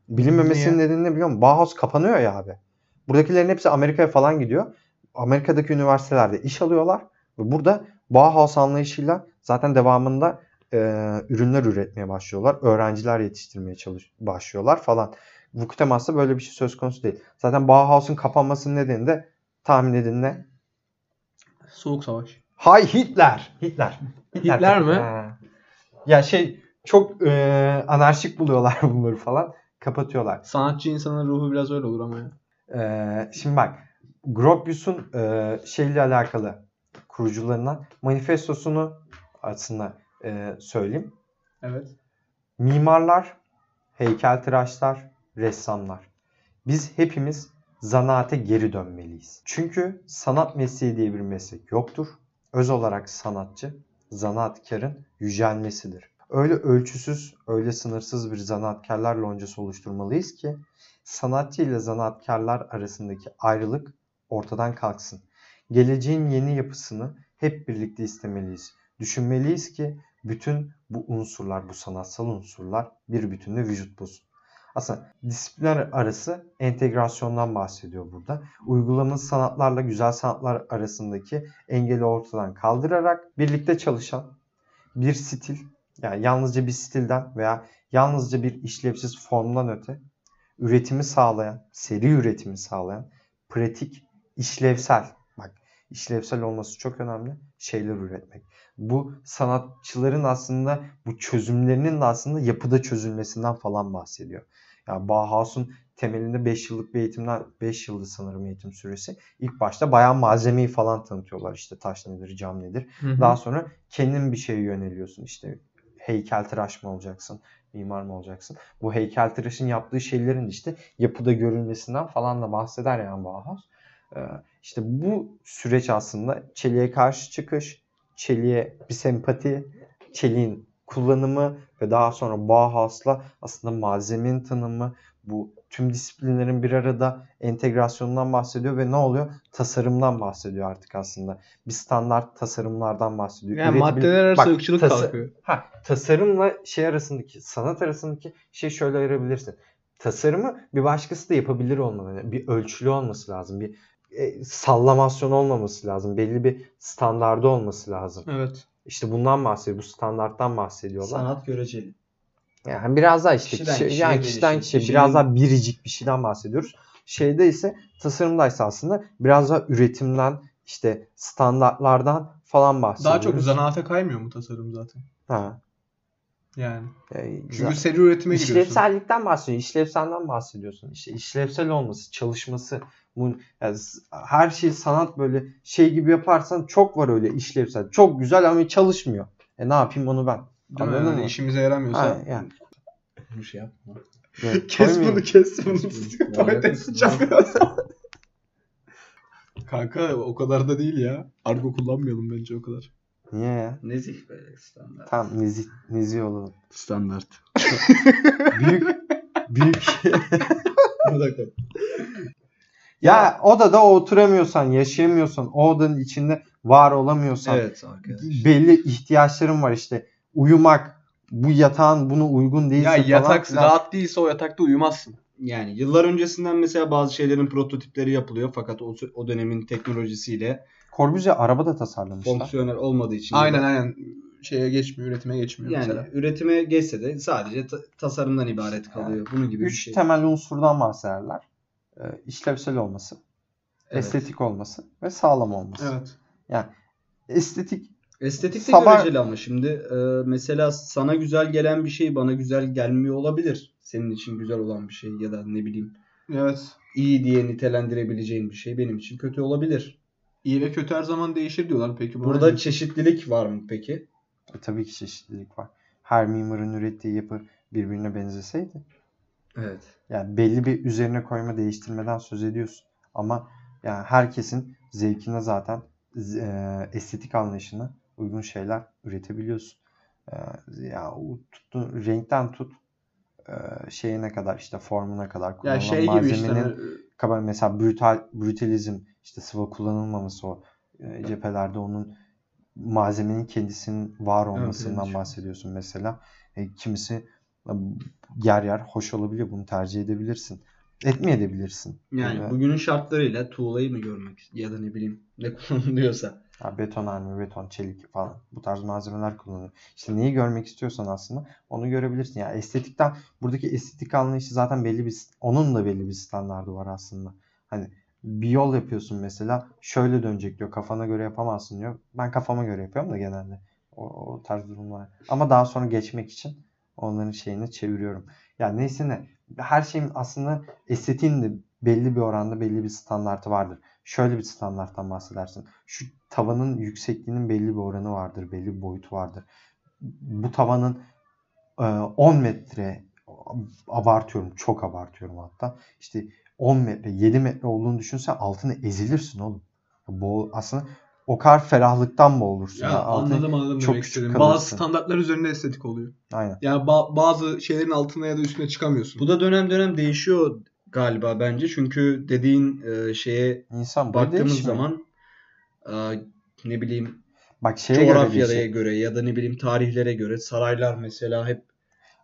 B: Bilinmemesinin nedeni ne biliyor musun? Bauhaus kapanıyor ya abi. Buradakilerin hepsi Amerika'ya falan gidiyor. Amerika'daki üniversitelerde iş alıyorlar. Ve burada Bauhaus anlayışıyla zaten devamında e, ürünler üretmeye başlıyorlar. Öğrenciler yetiştirmeye çalış başlıyorlar falan. Vuku temasta böyle bir şey söz konusu değil. Zaten Bauhaus'un kapanmasının nedeni de tahmin edin ne?
A: Soğuk savaş.
B: Hay Hitler! Hitler.
D: Hitler mi?
B: Ha. Ya şey çok e, anarşik buluyorlar [laughs] bunları falan. Kapatıyorlar.
A: Sanatçı insanın ruhu biraz öyle olur ama ya.
B: Ee, şimdi bak Gropius'un e, şeyle alakalı kurucularından manifestosunu aslında e, söyleyeyim.
A: Evet.
B: Mimarlar, heykeltıraşlar, ressamlar. Biz hepimiz zanaate geri dönmeliyiz. Çünkü sanat mesleği diye bir meslek yoktur. Öz olarak sanatçı, zanaatkarın yücelmesidir. Öyle ölçüsüz, öyle sınırsız bir zanaatkarlar loncası oluşturmalıyız ki sanatçı ile zanaatkarlar arasındaki ayrılık ortadan kalksın. Geleceğin yeni yapısını hep birlikte istemeliyiz. Düşünmeliyiz ki bütün bu unsurlar, bu sanatsal unsurlar bir bütünle vücut bulsun. Aslında disiplinler arası entegrasyondan bahsediyor burada. Uygulamanın sanatlarla güzel sanatlar arasındaki engeli ortadan kaldırarak birlikte çalışan bir stil, yani yalnızca bir stilden veya yalnızca bir işlevsiz formdan öte üretimi sağlayan, seri üretimi sağlayan pratik, işlevsel, bak işlevsel olması çok önemli şeyler üretmek bu sanatçıların aslında bu çözümlerinin de aslında yapıda çözülmesinden falan bahsediyor. Yani Bauhaus'un temelinde 5 yıllık bir eğitimden 5 yıldı sanırım eğitim süresi. İlk başta bayağı malzemeyi falan tanıtıyorlar işte taş nedir, cam nedir. Daha sonra kendin bir şeye yöneliyorsun işte heykeltıraş mı olacaksın, mimar mı olacaksın. Bu heykeltıraşın yaptığı şeylerin işte yapıda görülmesinden falan da bahseder yani Bauhaus. Ee, işte bu süreç aslında çeliğe karşı çıkış, çeliğe bir sempati, çeliğin kullanımı ve daha sonra Bauhaus'la aslında malzemenin tanımı bu tüm disiplinlerin bir arada entegrasyonundan bahsediyor ve ne oluyor? Tasarımdan bahsediyor artık aslında. Bir standart tasarımlardan bahsediyor.
A: Yani
B: Üretibil-
A: maddeler arası
B: Bak,
A: ırkçılık
B: tasa-
A: kalkıyor.
B: Ha, tasarımla şey arasındaki, sanat arasındaki şey şöyle ayırabilirsin. Tasarımı bir başkası da yapabilir olmalı. Yani bir ölçülü olması lazım. Bir e, sallamasyon olmaması lazım. Belli bir standardı olması lazım.
A: Evet.
B: İşte bundan bahsediyor. Bu standarttan bahsediyorlar.
C: Sanat göreceli.
B: Yani biraz daha işte
C: Kişiden
B: kişi-
C: kişiye
B: yani
C: değişir.
B: kişiden kişiye
C: Kişinin-
B: biraz daha biricik bir şeyden bahsediyoruz. Şeyde ise tasarımdaysa aslında biraz daha üretimden işte standartlardan falan
A: Daha
B: bahsediyoruz.
A: çok zanaata kaymıyor mu tasarım zaten?
B: Ha.
A: Yani.
B: Yani
A: Çünkü seri üretime giriyorsun.
B: İşlevsellikten bahsediyorsun. İşlevselden bahsediyorsun. İşte işlevsel olması, çalışması. Bunun, yani s- her şey sanat böyle şey gibi yaparsan çok var öyle işlevsel. Çok güzel ama çalışmıyor. E ne yapayım onu ben?
A: Değil mi?
B: Anladın
A: Yani
B: mı?
A: işimize yaramıyorsa.
B: Ha,
A: [laughs]
B: yani.
C: Bu şey yapma.
B: Yani
A: Kes
B: koymuyor.
A: bunu kes bunu.
C: Manyak
A: Patatesi
C: mısın?
A: çalıyorsun. Kanka o kadar da değil ya. Argo kullanmayalım bence o kadar.
B: Niye ya?
C: Nezih be [laughs] standart.
B: Tamam nezi, nezi olalım.
C: Standart.
B: Büyük büyük
C: Bunu da koy.
B: ya odada oturamıyorsan, yaşayamıyorsan, o odanın içinde var olamıyorsan
C: Evet arkadaşlar.
B: belli ihtiyaçların var işte. Uyumak, bu yatağın buna uygun değilse
A: Ya
B: falan
A: yatak
B: filan.
A: rahat değilse o yatakta uyumazsın.
C: Yani yıllar öncesinden mesela bazı şeylerin prototipleri yapılıyor fakat o, o dönemin teknolojisiyle
B: Corbusier araba da tasarlamışlar.
C: fonksiyonel olmadığı için
A: Aynen aynen. Şeye geçmiyor, üretime geçmiyor
C: yani
A: mesela.
C: üretime geçse de sadece ta- tasarımdan ibaret kalıyor. Bunun gibi bir
B: Üç
C: şey.
B: temel unsurdan bahsederler. Ee, işlevsel olması,
C: Evet.
B: estetik olması ve sağlam olması.
A: Evet.
B: Estetik
C: Estetik de
B: Sabah-
C: göreceli ama şimdi e, mesela sana güzel gelen bir şey bana güzel gelmiyor olabilir. Senin için güzel olan bir şey ya da ne bileyim
A: Evet.
C: iyi diye nitelendirebileceğin bir şey benim için kötü olabilir.
A: İyi ve kötü her zaman değişir diyorlar peki. buna
C: Burada
A: ne?
C: çeşitlilik var mı peki?
B: e, tabii ki çeşitlilik var. Her mimarın ürettiği yapı birbirine benzeseydi.
C: Evet.
B: Yani belli bir üzerine koyma değiştirmeden söz ediyorsun. Ama yani herkesin zevkine zaten z- e, estetik anlayışına uygun şeyler üretebiliyorsun. E, ya o tuttuğun renkten tut e, şeyine kadar işte formuna kadar kullanılan
A: Ya şey gibi
B: malzemenin
A: işte hani,
B: kaba mesela brutal brutalizm işte sıvı kullanılmaması o e, cephelerde onun malzemenin kendisinin var olmasından
C: evet.
B: bahsediyorsun mesela. E, kimisi e, yer yer hoş olabiliyor. Bunu tercih edebilirsin. Etmeyebilirsin.
C: Yani
B: Evet.
C: bugünün şartlarıyla tuğlayı mı görmek ya da ne bileyim ne kullanılıyorsa.
B: Ya beton harmi, beton, çelik falan bu tarz malzemeler kullanılıyor. İşte neyi görmek istiyorsan aslında onu görebilirsin. Ya estetikten buradaki estetik anlayışı zaten belli bir onun da belli bir standardı var aslında. Hani bir yol yapıyorsun mesela şöyle dönecek diyor kafana göre yapamazsın diyor. Ben kafama göre yapıyorum da genelde o, o tarz durumlar. Ama daha sonra geçmek için onların şeyini çeviriyorum. Yani neyse ne her şeyin aslında estetiğin de belli bir oranda belli bir standartı vardır. Şöyle bir standarttan bahsedersin. Şu tavanın yüksekliğinin belli bir oranı vardır, belli bir boyutu vardır. Bu tavanın e, 10 metre abartıyorum, çok abartıyorum hatta. İşte 10 metre, 7 metre olduğunu düşünsen altına ezilirsin oğlum. Boğul, aslında o kadar ferahlıktan boğulursun.
A: ya
B: Altı-
A: anladım anladım
B: çok
A: demek
B: küçük
A: istedim.
B: kalırsın.
A: Bazı standartlar üzerinde estetik oluyor.
B: Aynen.
A: Yani ba- bazı şeylerin altına ya da üstüne çıkamıyorsun.
C: Bu da dönem dönem değişiyor galiba bence. Çünkü dediğin e, şeye
B: İnsan böyle
C: baktığımız
B: değişmiyor.
C: zaman e, ne bileyim
B: bak şeye göre
C: coğrafyaya
B: değişiyor.
C: göre ya da ne bileyim tarihlere göre saraylar mesela hep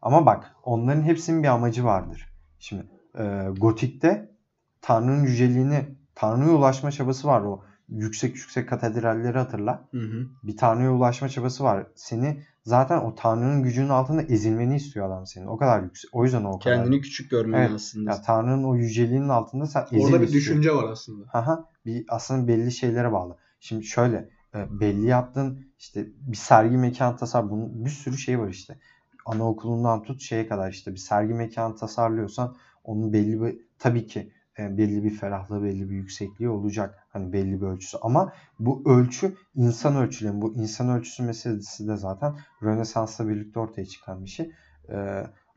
B: Ama bak onların hepsinin bir amacı vardır. Şimdi e, gotikte Tanrı'nın yüceliğini, Tanrı'ya ulaşma çabası var. O yüksek yüksek katedralleri hatırla.
C: hı hı.
B: Bir Tanrı'ya ulaşma çabası var. Seni zaten o Tanrı'nın gücünün altında ezilmeni istiyor adam senin. O kadar yüksek. O yüzden o kadar.
C: kendini küçük görmeni
B: Evet.
C: aslında.
B: Ya Tanrı'nın o yüceliğinin altında sen ezil
A: Orada bir
B: istiyor.
A: düşünce var aslında.
B: Haha, bir aslında belli şeylere bağlı. Şimdi şöyle e, belli yaptığın işte bir sergi mekanı tasar bunun bir sürü şey var işte. Anaokulundan tut şeye kadar işte bir sergi mekanı tasarlıyorsan onun belli bir tabii ki e, belli bir ferahlığı, belli bir yüksekliği olacak. Hani belli bir ölçüsü ama bu ölçü insan ölçüleri. Bu insan ölçüsü meselesi de zaten Rönesans'la birlikte ortaya çıkan bir şey. E,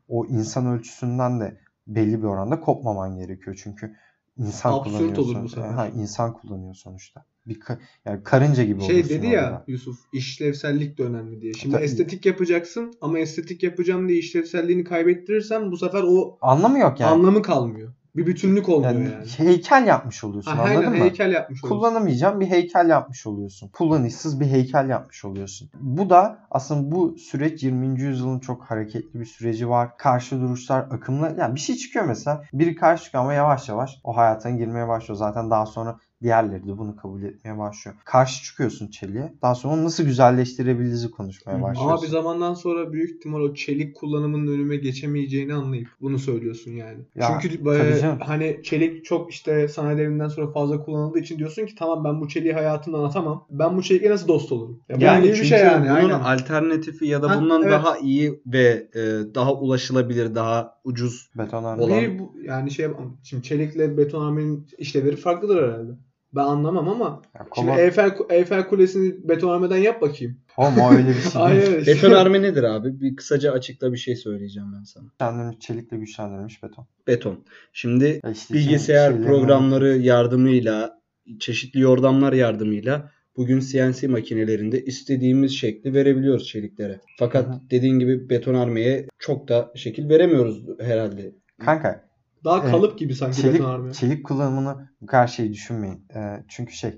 B: o insan ölçüsünden de belli bir oranda kopmaman gerekiyor. Çünkü insan
A: Absürt olur
B: kullanıyor.
A: bu
B: sonuç-
A: sefer.
B: Ha, insan kullanıyor sonuçta. Bir ka- yani karınca gibi
A: Şey
B: olursun
A: dedi ya
B: orada.
A: Yusuf işlevsellik de önemli diye. Şimdi
B: Tabii.
A: estetik yapacaksın ama estetik yapacağım diye işlevselliğini kaybettirirsen bu sefer o
B: Anlamı yok yani.
A: anlamı kalmıyor. Bir bütünlük olmuyor
B: yani,
A: yani.
B: heykel yapmış oluyorsun
A: Ha,
B: anladın
A: aynen
B: mı?
A: heykel yapmış olursun.
B: kullanamayacağın bir heykel yapmış oluyorsun. Kullanışsız bir heykel yapmış oluyorsun. Bu da aslında bu süreç 20. yüzyılın çok hareketli bir süreci var. Karşı duruşlar akımla yani bir şey çıkıyor mesela. Biri karşı çıkıyor ama yavaş yavaş o hayatına girmeye başlıyor. Zaten daha sonra diğerleri de bunu kabul etmeye başlıyor. Karşı çıkıyorsun çeliğe. Daha sonra onu nasıl güzelleştirebiliriz
C: Hı
B: konuşmaya
C: hı.
A: Ama bir
B: başlıyorsun.
A: zamandan sonra büyük ihtimal o çelik kullanımının önüme geçemeyeceğini anlayıp bunu söylüyorsun yani.
B: Ya,
A: Çünkü
B: tabii
A: e,
B: canım.
A: hani çelik çok işte sanayi devrinden sonra fazla kullanıldığı için diyorsun ki tamam ben bu çeliği hayatımdan atamam. Ben bu çelikle nasıl dost olurum? Ya bunun gibi bir
C: çünkü
A: şey yani.
C: bunun
A: Aynen.
C: alternatifi ya da
A: Ha,
C: bundan
A: evet.
C: daha iyi ve e, daha ulaşılabilir, daha ucuz.
B: Betonarme.
C: olan-
A: Bir bu- yani şey şimdi çelikle betonarmenin işlevleri farklıdır herhalde. Ben anlamam ama
B: Ya,
A: şimdi
B: kova-
A: Eyfel, Eyfel Kulesi'ni betonarmeden yap bakayım.
B: Oğlum o öyle
A: [laughs]
B: bir şey değil.
A: Hayır.
C: Betonarme nedir abi? Bir kısaca açıkta bir şey söyleyeceğim ben sana.
B: Güçlendirilmiş, çelikle güçlendirilmiş beton.
C: Beton. Şimdi
B: Ya işte
C: bilgisayar
B: şeylerin-
C: programları yardımıyla, çeşitli yordamlar yardımıyla bugün CNC makinelerinde istediğimiz şekli verebiliyoruz çeliklere. Fakat
B: Hı hı.
C: dediğin gibi betonarmeye çok da şekil veremiyoruz herhalde.
B: Kanka
A: Daha
B: Evet.
A: kalıp gibi sanki betonarme.
B: Çelik, çelik kullanımını bu kadar şey düşünmeyin. Ee, çünkü şey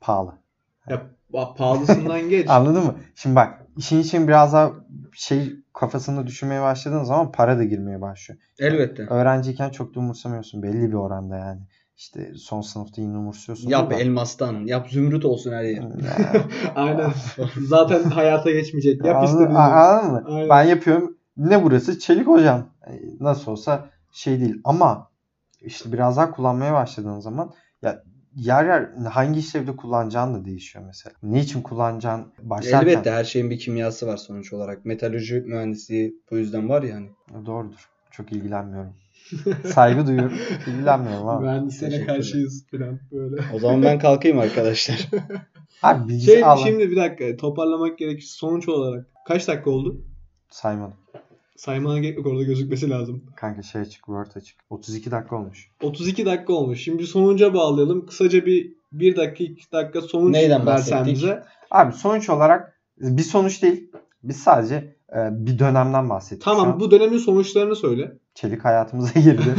B: pahalı.
A: Ya, pa- pahalısından geç.
B: Anladın mı? Şimdi bak işin için biraz daha şey kafasında düşünmeye başladığın zaman para da girmeye başlıyor.
C: Elbette.
B: Öğrenciyken çok da umursamıyorsun belli bir oranda yani. İşte son sınıfta yine umursuyorsun. Hmm,
C: Yap
B: da.
C: elmastan, yap zümrüt olsun her yer. [laughs]
B: Yani,
A: Aynen.
B: [laughs]
A: Zaten hayata geçmeyecek. Yap
B: anladın,
A: istediğini.
B: anladın mı?
A: Aynen.
B: Ben yapıyorum. Ne burası? Çelik hocam. Ee, Nasıl olsa şey değil. Ama işte biraz daha kullanmaya başladığın zaman ya yer yer hangi işlevde kullanacağın da değişiyor mesela. Ne için kullanacağın başlarken
C: Elbette her şeyin bir kimyası var sonuç olarak. Metalürji mühendisliği bu yüzden var yani.
B: doğrudur. Çok ilgilenmiyorum. Saygı duyuyorum. İlgilenmiyorum ama.
A: Mühendisliğe
C: Teşekkür
A: karşıyız falan böyle.
C: O zaman ben
A: [laughs]
C: kalkayım arkadaşlar.
B: Abi bilgi
A: Şey
B: alan-
A: şimdi bir dakika toparlamak gerekirse sonuç olarak kaç dakika oldu?
B: Saymadım.
A: Saymana gerek yok orada gözükmesi lazım.
B: Kanka şey açık Word açık. 32 dakika olmuş.
A: 32 dakika olmuş. Şimdi sonuca bağlayalım. Kısaca bir 1 dakika 2 dakika sonuç
C: Neyden
A: versen
C: bahsettik?
A: bize.
B: Abi sonuç olarak bir sonuç değil. Biz sadece e, bir dönemden bahsettik. şu
A: Tamam
B: an.
A: bu dönemin sonuçlarını söyle.
B: Çelik
A: [laughs]
B: hayatımıza [laughs] girdi.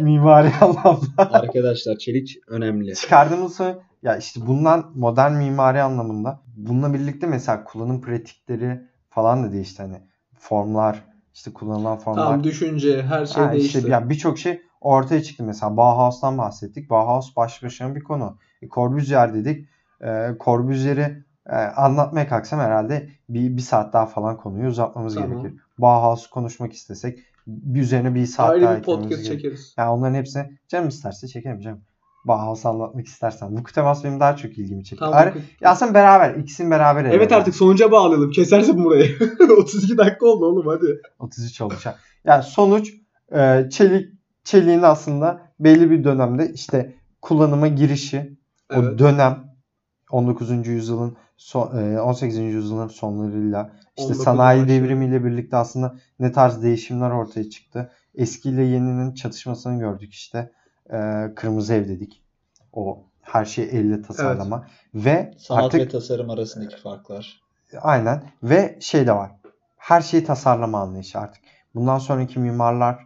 B: Mimari anlamda.
C: Arkadaşlar çelik önemli.
B: Çıkardığımız sonuç- ya işte bundan modern mimari anlamında bununla birlikte mesela kullanım pratikleri falan da değişti hani formlar işte kullanılan formlar.
A: Tamam düşünce her şey
B: Ha,
A: değişti.
B: işte ya birçok şey ortaya çıktı mesela Bauhaus'tan bahsettik. Bauhaus başlı başına bir konu. E, Corbusier dedik. E, Corbusier'i e, anlatmaya kalksam herhalde bir, bir saat daha falan konuyu uzatmamız
A: Tamam.
B: gerekir. Bauhaus'u konuşmak istesek bir üzerine bir saat daha
A: Ayrı bir
B: eklememiz
A: podcast
B: gerekir.
A: çekeriz.
B: Yani onların hepsini canım isterse çekerim canım. Bauhaus'u anlatmak istersen. Bu temas benim daha çok ilgimi çekiyor.
A: Tamam.
B: Ayrı-
A: bu-
B: ya aslında beraber. ikisini beraber ele
A: Evet
B: alalım.
A: artık sonuca bağlayalım. Kesersin burayı. [laughs] 32 dakika oldu oğlum hadi.
B: 33 olacak. Yani sonuç e, çelik çeliğin aslında belli bir dönemde işte kullanıma girişi o
A: Evet.
B: dönem 19. yüzyılın son, e, 18. yüzyılın sonlarıyla işte
A: 19
B: sanayi
A: başlıyor.
B: devrimiyle birlikte aslında ne tarz değişimler ortaya çıktı. Eskiyle yeninin çatışmasını gördük işte. E, kırmızı ev dedik. O her şeyi elle tasarlama ve
C: Sanat
B: artık
C: ve tasarım arasındaki farklar.
B: Aynen. Ve şey de var. Her şeyi tasarlama anlayışı artık. Bundan sonraki mimarlar,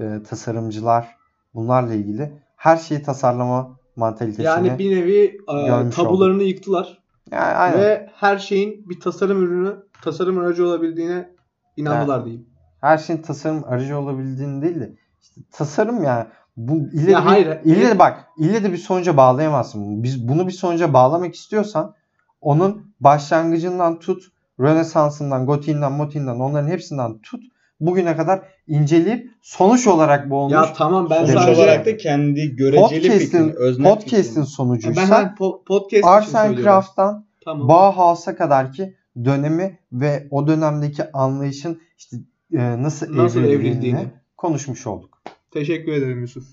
B: e, tasarımcılar bunlarla ilgili her şeyi tasarlama mantalitesini.
A: Yani bir nevi e,
B: Görmüş
A: tabularını yıktılar
B: Yani aynen.
A: ve her şeyin bir tasarım ürünü, tasarım aracı olabildiğine inandılar diyeyim.
B: Her şeyin tasarım aracı olabildiğini değil de işte tasarım yani bu ille
A: Ya
B: de bir-
A: hayır,
B: ille de
A: e-
B: bak ille de bir sonuca bağlayamazsın. bunu. Biz bunu bir sonuca bağlamak istiyorsan onun başlangıcından tut Rönesans'ından, Gotiğinden, Motiğinden onların hepsinden tut bugüne kadar inceleyip sonuç olarak bu olmuş.
A: Ya tamam ben
B: Sonuç
C: Sonuç
A: sadece
C: olarak da kendi göreceli
B: Podcast'in-
C: fikrini, özne
B: podcast'in
C: fikrini.
A: ben
B: sonucuysa
A: her po- podcast için
B: Arts and
A: söylüyorum.
B: Craft'tan
A: Tamam.
B: Bauhaus'a kadar ki dönemi ve o dönemdeki anlayışın işte e, nasıl,
A: Nasıl
B: evrildiğini,
A: evrildiğini.
B: konuşmuş olduk.
A: Teşekkür ederim Yusuf.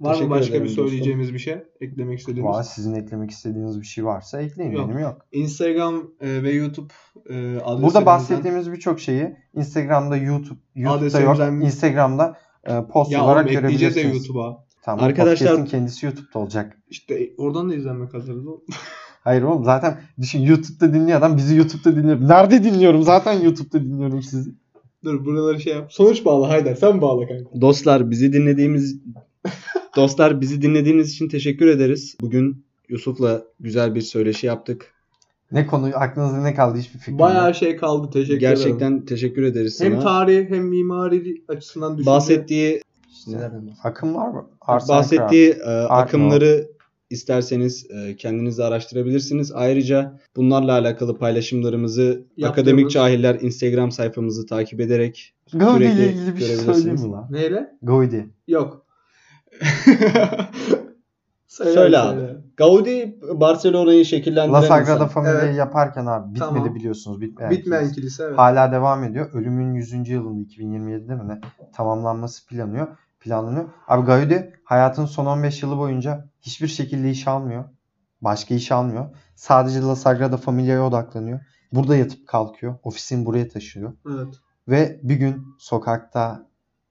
A: Var
C: Teşekkür
A: mı başka
C: ederim
A: bir
C: dostum.
A: söyleyeceğimiz bir şey? Eklemek istediğimiz?
B: Valla sizin eklemek istediğiniz bir şey varsa ekleyin
A: Yok.
B: benim yok.
A: Instagram e, ve YouTube e, adreslerimizden.
B: Burada bahsettiğimiz birçok şeyi Instagram'da YouTube, YouTube'da yok.
A: Adresimizden-
B: Instagram'da e, post
A: ya
B: olarak
A: oğlum ekleyeceğiz de
B: görebilirsiniz.
A: YouTube'a.
B: Tamam,
C: Arkadaşlar-
B: Podcast'in kendisi YouTube'da olacak.
A: İşte e, oradan da izlenmek hazırız. oğlum.
B: Hayır oğlum zaten düşün YouTube'da dinliyor adam bizi YouTube'da dinliyor. Nerede dinliyorum? Zaten YouTube'da dinliyorum sizi.
A: Dur buraları şey yap. Sonuç bağla Haydar. Sen bağla kanka.
C: Dostlar
A: [laughs]
C: bizi dinlediğimiz dostlar bizi dinlediğiniz için teşekkür ederiz. Bugün Yusuf'la güzel bir söyleşi yaptık.
B: Ne konu aklınızda ne kaldı hiçbir fikrim
A: Bayağı
B: yok.
A: şey kaldı. Teşekkür
C: Gerçekten
A: ederim.
C: teşekkür ederiz sana.
A: Hem tarih hem mimari açısından düşünce.
C: bahsettiği
B: İşte akımlar mı? Arts and Craft.
C: bahsettiği e,
B: Art
C: akımları isterseniz e, kendiniz de araştırabilirsiniz. Ayrıca bunlarla alakalı paylaşımlarımızı Akademik Cahiller Instagram sayfamızı takip ederek
B: Gaudi ile
C: sürekli
B: ilgili bir şey
C: görebilirsiniz.
B: söyleyeyim mi lan?
A: Neyle?
B: Gaudi.
C: [laughs]
A: Yok. söyle,
C: Söyle abi. Gaudi Barcelona'yı şekillendiren
B: La Sagrada
C: insan.
B: Familia'yı
A: Evet.
B: yaparken abi bitmedi
A: Tamam.
B: biliyorsunuz. Bitmeyen
A: Bitmeyen
B: kilise.
A: kilise evet.
B: Hala devam ediyor. Ölümün 100. yılında 2027'de mi ne tamamlanması planıyor. Planlanıyor. Abi Gaudi hayatın son 15 yılı boyunca hiçbir şekilde iş almıyor. Başka iş almıyor. Sadece La Sagrada Familia'ya odaklanıyor. Burada yatıp kalkıyor. Ofisini buraya taşıyor.
A: evet.
B: Ve bir gün sokakta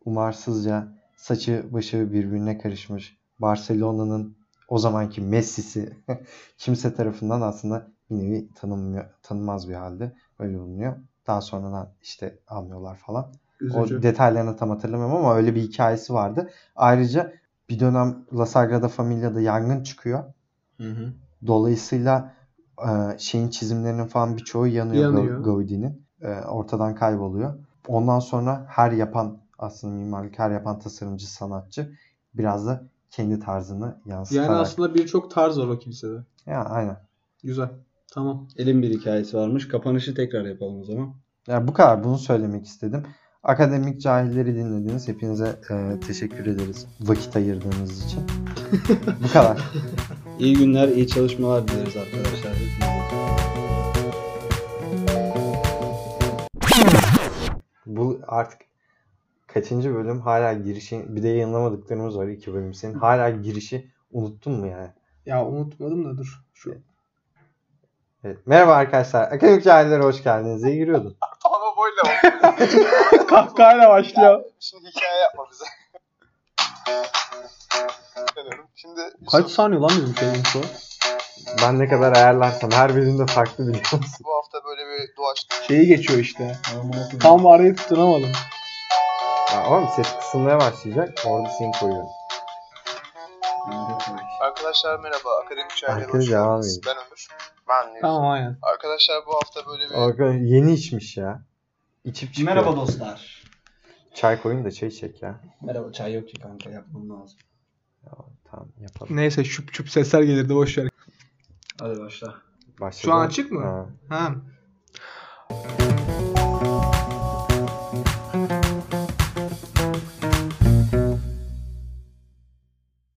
B: umarsızca saçı başı birbirine karışmış Barcelona'nın o zamanki Messi'si [laughs] kimse tarafından aslında bir nevi tanınmıyor, tanınmaz bir halde öyle bulunuyor. Daha sonradan işte anlıyorlar falan.
A: Üzücü.
B: O detaylarını tam hatırlamıyorum ama öyle bir hikayesi vardı. Ayrıca bir dönem La Sagrada Familia'da yangın çıkıyor.
C: Hı hı.
B: Dolayısıyla e, şeyin çizimlerinin falan birçoğu yanıyor,
A: Yanıyor.
B: Ga- Gaudi'nin. E, Ortadan kayboluyor. Ondan sonra her yapan aslında mimarlık, her yapan tasarımcı, sanatçı biraz da kendi tarzını yansıtarak.
A: yani aslında birçok tarz var o kilisede.
B: Ya, aynen.
A: Güzel. Tamam.
C: Elin bir hikayesi varmış. Kapanışı tekrar yapalım o zaman.
B: Ya bu kadar bunu söylemek istedim. Akademik cahilleri dinlediniz. Hepinize e, teşekkür ederiz vakit ayırdığınız için.
A: [laughs]
B: bu kadar.
C: İyi günler, iyi çalışmalar dileriz arkadaşlar. Hepinize.
B: Bu artık kaçıncı bölüm hala girişi bir de yayınlamadıklarımız var iki bölüm. Senin hala girişi unuttun mu yani?
A: Ya unutmadım da dur. Şu [laughs]
B: Evet. Merhaba arkadaşlar. Akademik Cahillere hoş geldiniz. İyi giriyordun.
D: Ama böyle oldu.
A: kahkahayla başlıyor.
D: Şimdi hikaye yapma bize. ümitleniyorum. Şimdi Yusuf,
A: Kaç saniye lan bizim şey info?
B: Ben ne kadar ayarlarsam her birinde farklı biliyor musun?
D: bu hafta böyle bir doğaçlı
A: Şeyi geçiyor işte. Tam arayı tutunamadım.
B: Ya oğlum ses kısılmaya başlayacak. Orada sin koyuyorum.
D: Arkadaşlar merhaba. Akademik Çaylar'a
B: Arkadaş
D: hoş
B: devam
D: geldiniz. Ben Ömür. Ben
A: Tamam aynen.
D: Arkadaşlar bu hafta böyle bir
B: Arkadaş yeni içmiş ya. İçip çıkıyor.
C: Merhaba dostlar.
B: Çay koyayım da çay çek ya.
C: Merhaba çay yok ki kanka yapmam lazım.
B: Tamam yapalım.
A: Neyse şüp şüp sesler gelirdi boş ver.
C: Hadi başla.
B: Başladı.
A: Şu an açık mı?
B: Ha.
A: Ha.